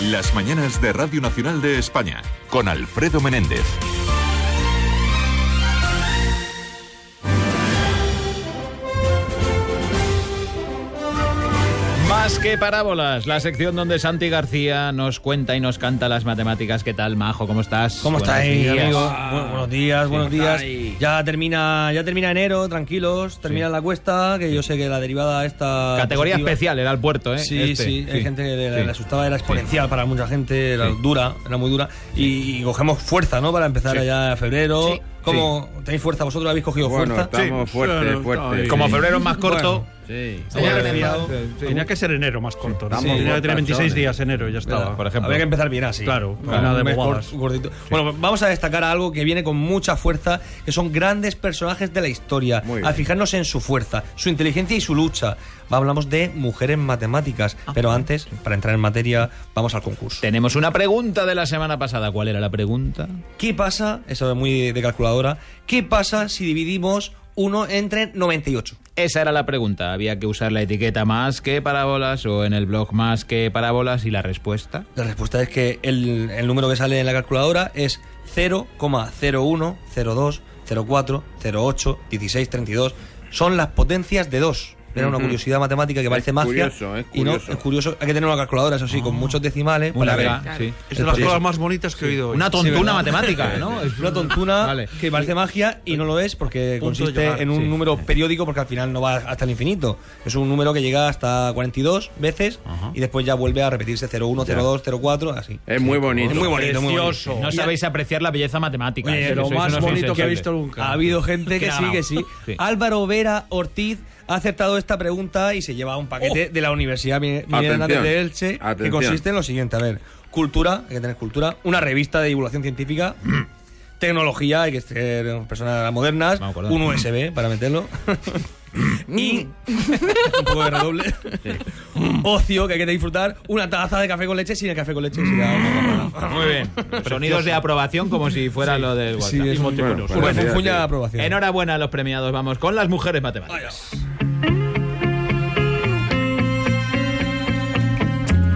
Las mañanas de Radio Nacional de España con Alfredo Menéndez. Más que parábolas, la sección donde Santi García nos cuenta y nos canta las matemáticas. ¿Qué tal, Majo? ¿Cómo estás? ¿Cómo Buenos estáis, días. Ah, amigos? Bu- buenos días, buenos ¿cómo días. estáis? Ya termina, ya termina enero, tranquilos, termina la cuesta, que yo sé que la derivada esta Categoría positiva- especial era el puerto, ¿eh? Sí, Este. sí, hay gente que le, Sí. le asustaba, era exponencial para mucha gente, era Sí. dura, era muy dura. Y, y cogemos fuerza, ¿no? Para empezar Sí. allá a febrero. Sí. ¿Cómo tenéis fuerza? ¿Vosotros habéis cogido Bueno, fuerza? estamos fuertes, fuertes. Como febrero es más corto. Sí. Había que Tenía- empezar- Tenía que ser enero más corto. ¿no? Sí. Tenía que tener 26 Tachones. días enero y ya Nada, estaba. por ejemplo. Había que empezar bien así. Claro, Con nada de un mes bobadas. cor- gordito. Bueno, vamos a destacar algo que viene con mucha fuerza, que son grandes personajes de la historia. Muy a bien. fijarnos en su fuerza, su inteligencia y su lucha. Hablamos de mujeres matemáticas, Ah, pero antes, para entrar en materia, vamos al concurso. Tenemos una pregunta de la semana pasada. ¿Cuál era la pregunta? ¿Qué pasa? Eso es muy de calculadora. ¿Qué pasa si dividimos 1 entre 98? Esa era la pregunta. Había que usar la etiqueta más que parábolas o en el blog más que parábolas y la respuesta. La respuesta es que el, el número que sale en la calculadora es 0,01, 02, 04, 08, 16, 32. Son las potencias de 2. Era una Ujú. curiosidad matemática que parece magia. curioso, es Y no, curioso. Ah. es curioso. Hay que tener una calculadora, eso sí, con muchos decimales. Muy para ver. larga, sí. Es de las cosas más bonitas que he oído hoy. Una tontuna ¿verdad? matemática, ¿no? Es una tontuna Vale. que parece magia y no lo es porque Punto de consiste llorar, en un sí. número periódico porque al final no va hasta el infinito. Es un número que llega hasta 42 veces y después ya vuelve a repetirse 01, 02, 04, así. Es muy bonito. Es muy bonito, muy bonito. Precioso. No sabéis apreciar la belleza matemática. Oye, Sí, lo sois más unos bonito que he insensibles. visto nunca. Ha habido gente que sí, que sí. Sí. Álvaro Vera Ortiz ha aceptado esta pregunta y se lleva un paquete Oh. de la Universidad Mi- Miguel Atención. Hernández de Elche, que Atención. consiste en lo siguiente, a ver, cultura, hay que tener cultura, una revista de divulgación científica, tecnología, hay que ser personas modernas, Vamos, acordado. un USB para meterlo. y un poco de redoble. Ocio que hay que disfrutar, una taza de café con leche sin el café con leche. sería una- Muy bien. Sonidos de aprobación como si fuera lo del WhatsApp. sí, es un- Bueno, una pues, funfuña sí. eh, de aprobación. Enhorabuena a los premiados. Vamos con las mujeres matemáticas.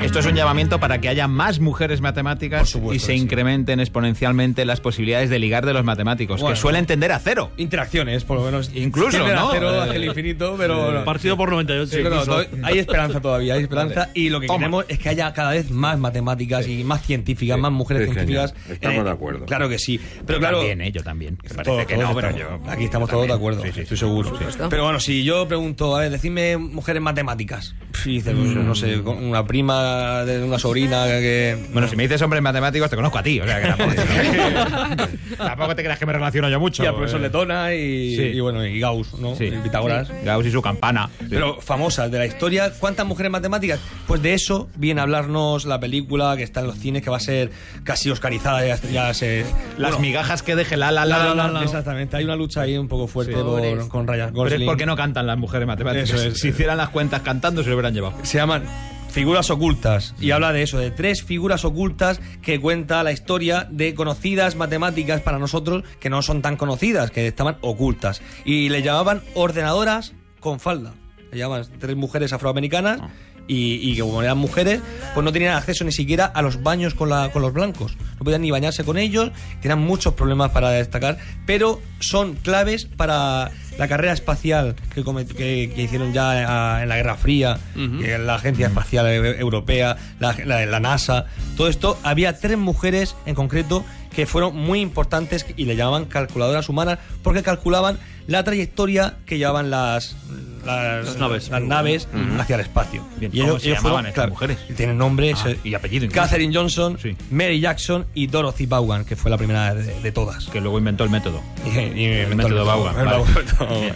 Esto es un llamamiento para que haya más mujeres Por matemáticas supuesto, y se sí. incrementen exponencialmente las posibilidades de ligar de los matemáticos, Bueno. que suelen tender a cero. Interacciones, por lo menos. Incluso, Tienden a ¿no? cero Eh, hacia el infinito, pero... bueno. eh, Partido por 98. Sí, pero no, incluso. to- hay esperanza todavía, hay esperanza. Y lo que Toma. queremos es que haya cada vez más matemáticas y más científicas, más mujeres sí, señor. científicas. Eh, Estamos de acuerdo. Claro que sí. Pero Yo claro. también, ¿eh? yo también. Que parece todos- que todos no, pero estamos- yo- aquí estamos todos de acuerdo, estoy seguro. Pero bueno, si yo pregunto, a ver, decidme mujeres matemáticas. Pff, Y dice, pues, no sé, con una prima, de una sobrina que. Mm. Bueno, si me dices hombres matemáticos, te conozco a ti. O sea, que tampoco, tampoco te creas que me relaciono yo mucho. y al profesor eh. Letona y, Sí. y bueno, y Gauss, ¿no? Sí. Y Pitágoras. Gauss y su campana. pero famosas de la historia. ¿Cuántas mujeres matemáticas? Pues de eso viene a hablarnos la película que está en los cines, que va a ser casi oscarizada. Ya, ya se, Las bueno, migajas que deje la la la la. la, Exactamente, hay una lucha ahí un poco fuerte por- con Ryan Pero Gosling. es porque no cantan las mujeres matemáticas. Eso es. Si hicieran las cuentas cantando, se lo hubieran llevado. Se llaman figuras ocultas y habla de eso, de tres figuras ocultas que cuenta la historia de conocidas matemáticas para nosotros que no son tan conocidas, que estaban ocultas. Y le llamaban ordenadoras con falda. Le llamaban tres mujeres afroamericanas y, y que como eran mujeres, pues no tenían acceso ni siquiera a los baños con, la- con los blancos. No podían ni bañarse con ellos, tenían muchos problemas para destacar, pero son claves para la carrera espacial que, come- que- que hicieron ya eh, en la Guerra Fría, que la Agencia Espacial E- Europea, la, la- la NASA, todo esto, había tres mujeres en concreto que fueron muy importantes y le llamaban calculadoras humanas porque calculaban la trayectoria que llevaban las, las, Las naves. las naves hacia el espacio. Bien, ¿cómo se llamaban estas mujeres? y Tienen nombres eh, Ah, y apellido incluso. Catherine Johnson, Sí. Mary Jackson y Dorothy Vaughan, que fue la primera de- de todas. Que luego inventó el método. Y- y- y- El método Vaughan, el vale. método-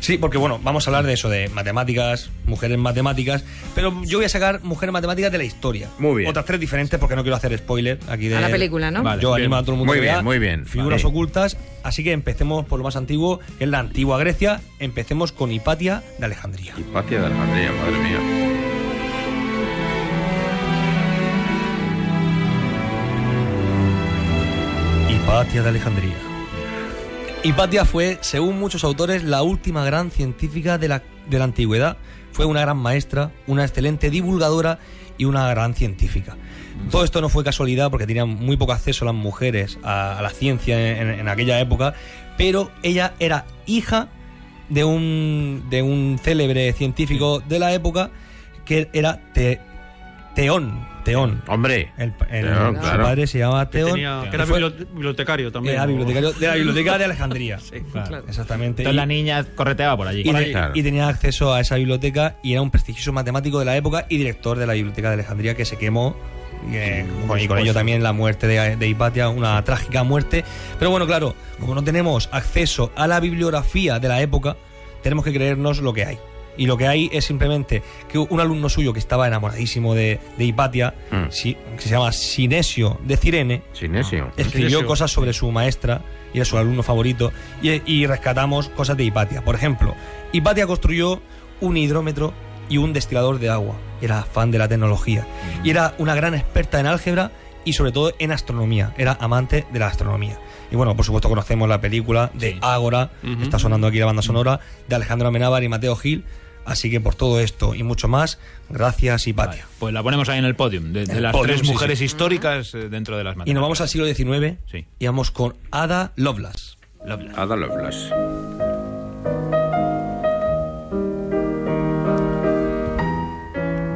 Sí, porque bueno, vamos a hablar de eso, de matemáticas, mujeres matemáticas, pero yo voy a sacar mujeres matemáticas de la historia. Muy bien. Otras tres diferentes porque no quiero hacer spoiler aquí de A la película, ¿no? Vale, Yo bien. animo a todo el mundo. Muy que bien, vea muy bien. Figuras Vale. ocultas, así que empecemos por lo más antiguo, que es la antigua Grecia. Empecemos con Hipatia de Alejandría. Hipatia de Alejandría, madre mía. Hipatia de Alejandría. Hipatia fue, según muchos autores, la última gran científica de la, de la antigüedad. Fue una gran maestra, una excelente divulgadora y una gran científica. Todo esto no fue casualidad porque tenían muy poco acceso las mujeres a, a la ciencia en, en aquella época, pero ella era hija de un, de un célebre científico de la época que era Te- Teón. Teón. Hombre. El, el- Teón, su claro. padre se llamaba Que, Teón. tenía- que era y fue- bibliote- bibliotecario también. era ¿no? bibliotecario de la biblioteca de Alejandría. Sí, Claro, claro. Exactamente. Entonces la Y, niña correteaba por allí. y Por te- ahí, claro. y tenía acceso a esa biblioteca y era un prestigioso matemático de la época y director de la biblioteca de Alejandría que se quemó. eh, con- y con ello también la muerte de, de Hipatia, una trágica muerte. Pero bueno, claro, como no tenemos acceso a la bibliografía de la época, tenemos que creernos lo que hay. Y lo que hay es simplemente que un alumno suyo que estaba enamoradísimo de, de Hipatia, Mm. si- que se llama Sinesio de Cirene, Sinesio. escribió Sinesio. cosas sobre su maestra y era su alumno favorito y, y rescatamos cosas de Hipatia. Por ejemplo, Hipatia construyó un hidrómetro y un destilador de agua. Era fan de la tecnología y era una gran experta en álgebra y sobre todo en astronomía. Era amante de la astronomía. Y bueno, por supuesto conocemos la película de Ágora, que está sonando aquí la banda sonora, de Alejandro Amenábar y Mateo Gil. Así que por todo esto y mucho más, gracias Hipatia. Vale, pues la ponemos ahí en el podium, de, de El las podium, tres sí, mujeres históricas eh, dentro de las matemáticas. Y nos vamos al siglo XIX Sí. y vamos con Ada Lovelace. Lovelace. Ada Lovelace.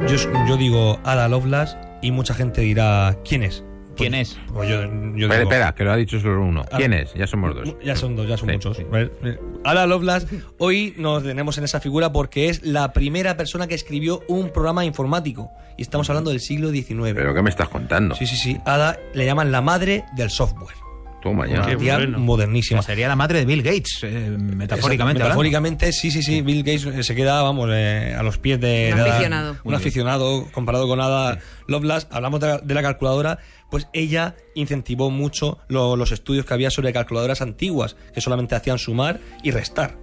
Yo, es- yo digo Ada Lovelace y mucha gente dirá ¿quién es? Pues- ¿Quién es? pues yo, yo Espera, digo- espera, que lo ha dicho solo uno. Ah. ¿Quién es? Ya somos dos. Ya son dos, ya son Sí, muchos. sí. ¿vale? Eh, Ada Lovelace, hoy nos tenemos en esa figura porque es la primera persona que escribió un programa informático. Y estamos hablando del siglo XIX. ¿Pero qué me estás contando? Sí, sí, sí. Ada le llaman la madre del software. Toma ya. Una Qué tía bueno. modernísima. Sería la madre de Bill Gates, eh, metafóricamente. Exacto, hablando. Metafóricamente, sí, sí, sí. Bill Gates eh, se queda, vamos, eh, a los pies de. Un de Ada- aficionado. Un aficionado comparado con Ada Lovelace. Hablamos de la, de la calculadora, pues ella incentivó mucho lo- los estudios que había sobre calculadoras antiguas, que solamente hacían sumar y restar.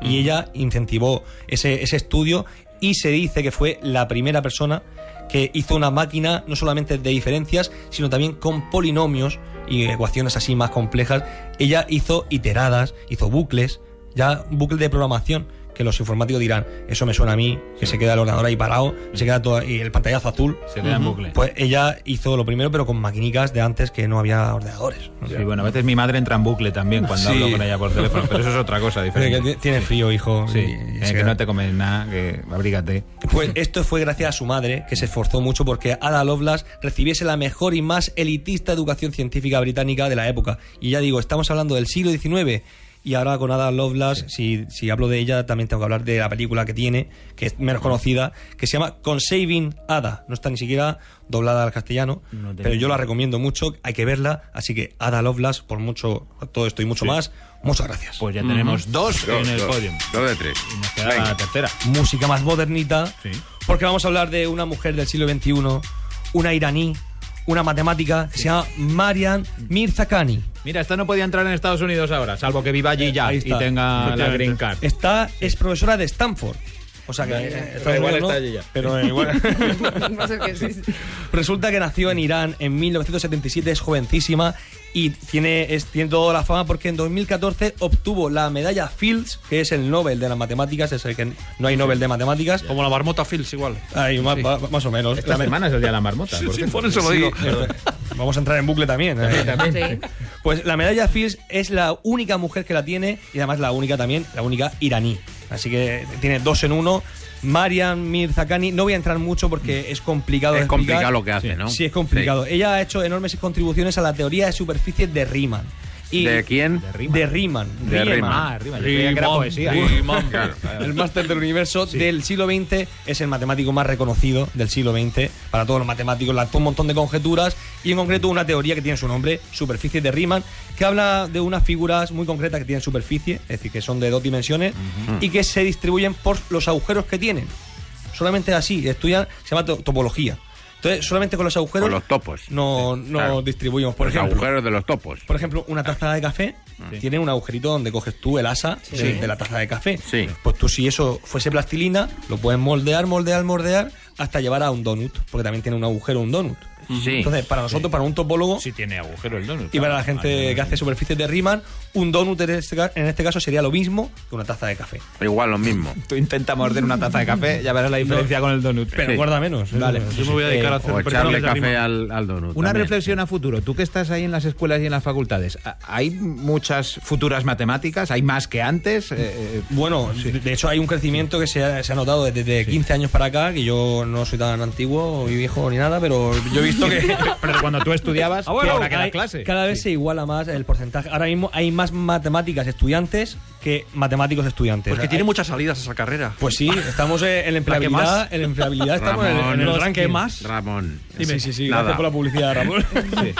Y ella incentivó ese, ese estudio y se dice que fue la primera persona que hizo una máquina no solamente de diferencias, sino también con polinomios y ecuaciones así más complejas. Ella hizo iteradas, hizo bucles, ya un bucle de programación que los informáticos dirán, eso me suena a mí, que se queda el ordenador ahí parado, se queda todo y el pantallazo azul. Se queda en bucle. Pues ella hizo lo primero, pero con maquinicas de antes que no había ordenadores. Sí, bueno, a veces mi madre entra en bucle también cuando Sí. hablo con ella por teléfono, pero eso es otra cosa Tiene diferente. Tienes frío, hijo. Sí, y- y eh, se que queda. no te comes nada, que abrígate. Pues esto fue gracias a su madre, que se esforzó mucho porque Ada Lovelace recibiese la mejor y más elitista educación científica británica de la época. Y ya digo, estamos hablando del siglo XIX. Y ahora con Ada Lovelace, si, si hablo de ella, también tengo que hablar de la película que tiene, que es menos conocida, que se llama Saving Ada. No está ni siquiera doblada al castellano, No te- pero yo la recomiendo mucho, hay que verla. Así que Ada Lovelace, por mucho todo esto y mucho más, muchas gracias. Pues ya tenemos dos, Dos, en el dos, podium. dos de tres. Y nos queda Venga. la tercera. música más modernita, Sí. porque vamos a hablar de una mujer del siglo XXI, una iraní, una matemática que se llama Marian Mirzakhani. Mira, esta no podía entrar en Estados Unidos ahora, salvo que viva allí ya ahí y está. tenga la green card. Esta es profesora de Stanford. O sea que eh, Estados igual Unidos está no, allí ya. Pero igual. Va a ser que sí. Resulta que nació en Irán en 1977, es jovencísima y tiene, es- tiene toda la fama porque en 2014 obtuvo la medalla Fields, que es el Nobel de las matemáticas, es el que no hay Nobel de matemáticas. Como la marmota Fields igual. Ay, más, más o menos. Esta La me- semana es el día de la marmota. por Sí, cierto. por eso lo digo. Vamos a entrar en bucle también. eh. Sí. Pues la medalla Fields es la única mujer que la tiene y además la única también, la única iraní. Así que tiene dos en uno. Marian Mirzakhani, no voy a entrar mucho porque es complicado de Es explicar. complicado lo que hace, ¿no? Sí, es complicado. Ella ha hecho enormes contribuciones a la teoría de superficies de Riemann. Sí. Y ¿De quién? De Riemann. De Ah, Riemann. arriba, yo creía que era poesía. ¿eh? Claro, claro. El máster del universo del siglo XX es el matemático más reconocido del siglo XX para todos los matemáticos. Lanzó un montón de conjeturas y en concreto una teoría que tiene su nombre, superficie de Riemann, que habla de unas figuras muy concretas que tienen superficie, es decir, que son de dos dimensiones y que se distribuyen por los agujeros que tienen. Solamente así, estudian, se llama to- topología. Entonces, solamente con los agujeros. Con los topos. No, no claro. distribuimos, por Los ejemplo. agujeros de los topos. Por ejemplo, una taza de café tiene un agujerito donde coges tú el asa de, de la taza de café. Sí. Pues tú si eso fuese plastilina, lo puedes moldear, moldear, moldear, hasta llevar a un donut, porque también tiene un agujero un donut. Sí. Entonces, para nosotros, para un topólogo Si tiene agujero el donut. Ah, y para claro. la gente Vale, que vale. hace superficies de Riemann, un donut en este, ca- en este caso sería lo mismo que una taza de café. Igual lo mismo. Tú intenta morder una taza de café, ya verás la diferencia con el donut. Pero Sí. guarda menos. ¿eh? Vale. Yo me voy a dedicar a hacer O echarle personales de café arriba. al, al donut. Una también. reflexión a futuro. Tú que estás ahí en las escuelas y en las facultades, ¿ha- ¿hay muchas futuras matemáticas? ¿Hay más que antes? Eh, eh, Bueno, de- de hecho hay un crecimiento que se ha, se ha notado desde, desde 15 años para acá, que yo no soy tan antiguo y viejo ni nada, pero yo he visto que... pero cuando tú estudiabas, Ah, bueno, ahora que hay- das clase. Cada vez se iguala más el porcentaje. Ahora mismo hay más matemáticas estudiantes que matemáticos estudiantes. Porque O sea, Pues tiene hay- muchas salidas esa carrera. Pues sí, estamos eh, en la que empleabilidad, más. en la empleabilidad estamos en el- Ramón, en el los ranking. que más. Ramón. Sí, sí, sí, Nada. gracias por la publicidad, Ramón. Sí.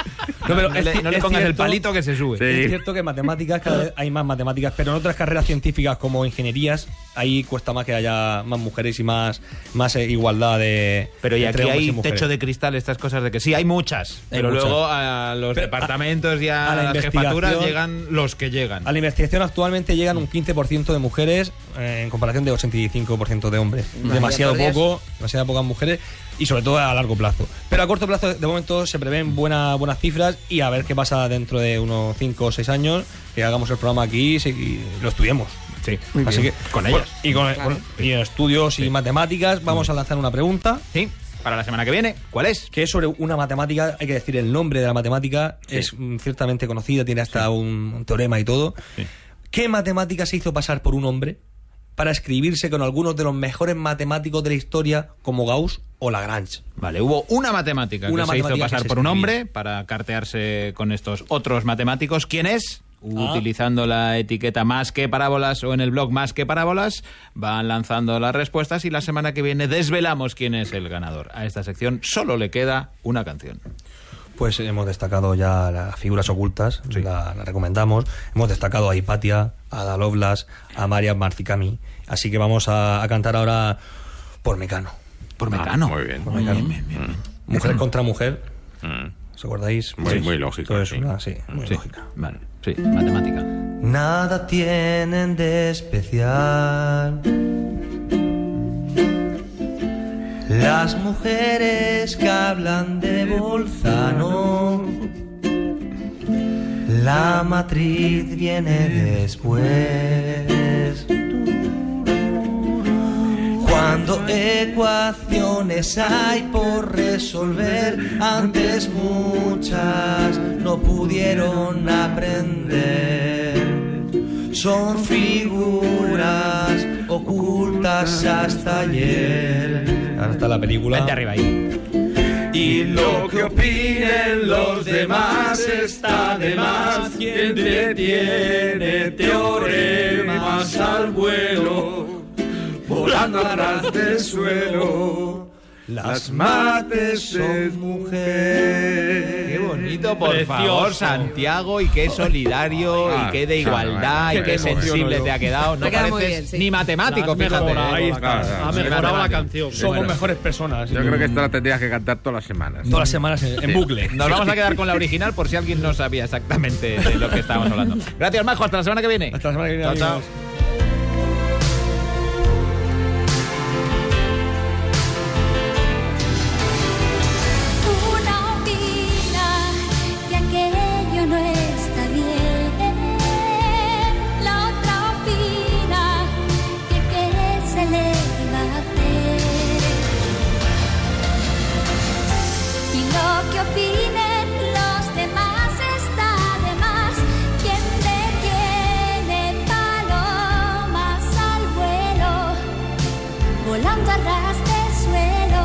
No, pero No es le, ci- no le es pongas el cierto- palito que se sube. Sí. Es cierto que matemáticas, cada vez hay más matemáticas, pero en otras carreras científicas como ingenierías, ahí cuesta más que haya más mujeres y más, más eh, igualdad de. Pero y entre aquí hombres hay y mujeres. techo de cristal, estas cosas de que sí, hay muchas. Hay pero muchas. luego a los Pero a- departamentos y a, a la las jefaturas investigación- llegan los que llegan. A la investigación actualmente llegan un 15% de mujeres eh, en comparación de 85% de hombres. demasiado por Dios. poco, demasiadas pocas mujeres y sobre todo a largo plazo. Pero a corto plazo de momento se prevén buenas buenas cifras y a ver qué pasa dentro de unos 5 o 6 años, que hagamos el programa aquí y se- y lo estudiemos. Sí, Así que con ellas. Y con, con- y en estudios y matemáticas vamos a lanzar una pregunta Sí, para la semana que viene, ¿cuál es? que es sobre una matemática, hay que decir el nombre de la matemática, es mm, ciertamente conocida, tiene hasta un, un teorema y todo. ¿Qué matemática se hizo pasar por un hombre para escribirse con algunos de los mejores matemáticos de la historia como Gauss o Lagrange? Vale, hubo una matemática Una que se hizo matemática que pasar se por un escribía. hombre para cartearse con estos otros matemáticos. ¿Quién es? Ah. Utilizando la etiqueta más que parábolas o en el blog más que parábolas, van lanzando las respuestas y la semana que viene desvelamos quién es el ganador. A esta sección solo le queda una canción. Pues hemos destacado ya las figuras ocultas, la, la recomendamos. Hemos destacado a Hipatia, a Dalovlas, a María Marcicami. Así que vamos a, a cantar ahora por Mecano. Por Ah, Mecano. muy bien. Por Mecano. Bien, bien, bien. Mm. Mujer contra mujer, Mm. ¿os acordáis? Pues Muy- muy lógico, Esto es sí. una- sí, muy Sí, lógica. vale, sí, matemática. Nada tienen de especial. Las mujeres que hablan de Bolzano. La matriz viene después. Cuando ecuaciones hay por resolver, antes muchas no pudieron aprender. Son figuras ocultas hasta ayer. Hasta la película. Vente arriba ahí. Y lo que opinen los demás está de más. Quien te tiene teoremas al vuelo, volando a ras del suelo. Las mates son mujer. Qué bonito, por Precioso. favor, Santiago, y qué solidario, Ah, y qué de igualdad, ah, y qué bueno, sensible bueno. te ha quedado. No Me queda muy pareces bien, sí. ni matemático, fíjate. mejorado, ¿eh? ahí está. Sí, Ha Ah, mejorado la matemático. canción. Bueno. mejores personas. Yo creo que esta la tendrías que cantar todas las semanas. todas las semanas en, en Sí. bucle. Nos vamos a quedar con la original por si alguien no sabía exactamente de lo que estábamos hablando. Gracias, Majo. Hasta la semana que viene. Hasta la semana que viene. Chao, chao. amigos. Una opina que aquello no está bien. La otra opina que qué se le va a hacer. Y lo que opinen los demás está de más. Quien detiene palomas al vuelo, volando a ras de suelo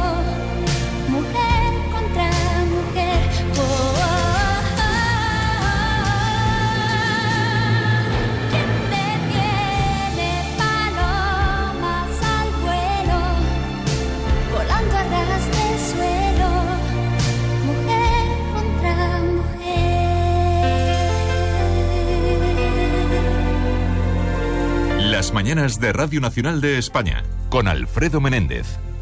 mujer contra mujer. Oh, oh, oh, oh. ¿Quién detiene palomas al vuelo? Volando a ras de suelo, mujer contra mujer. Las mañanas de Radio Nacional de España con Alfredo Menéndez.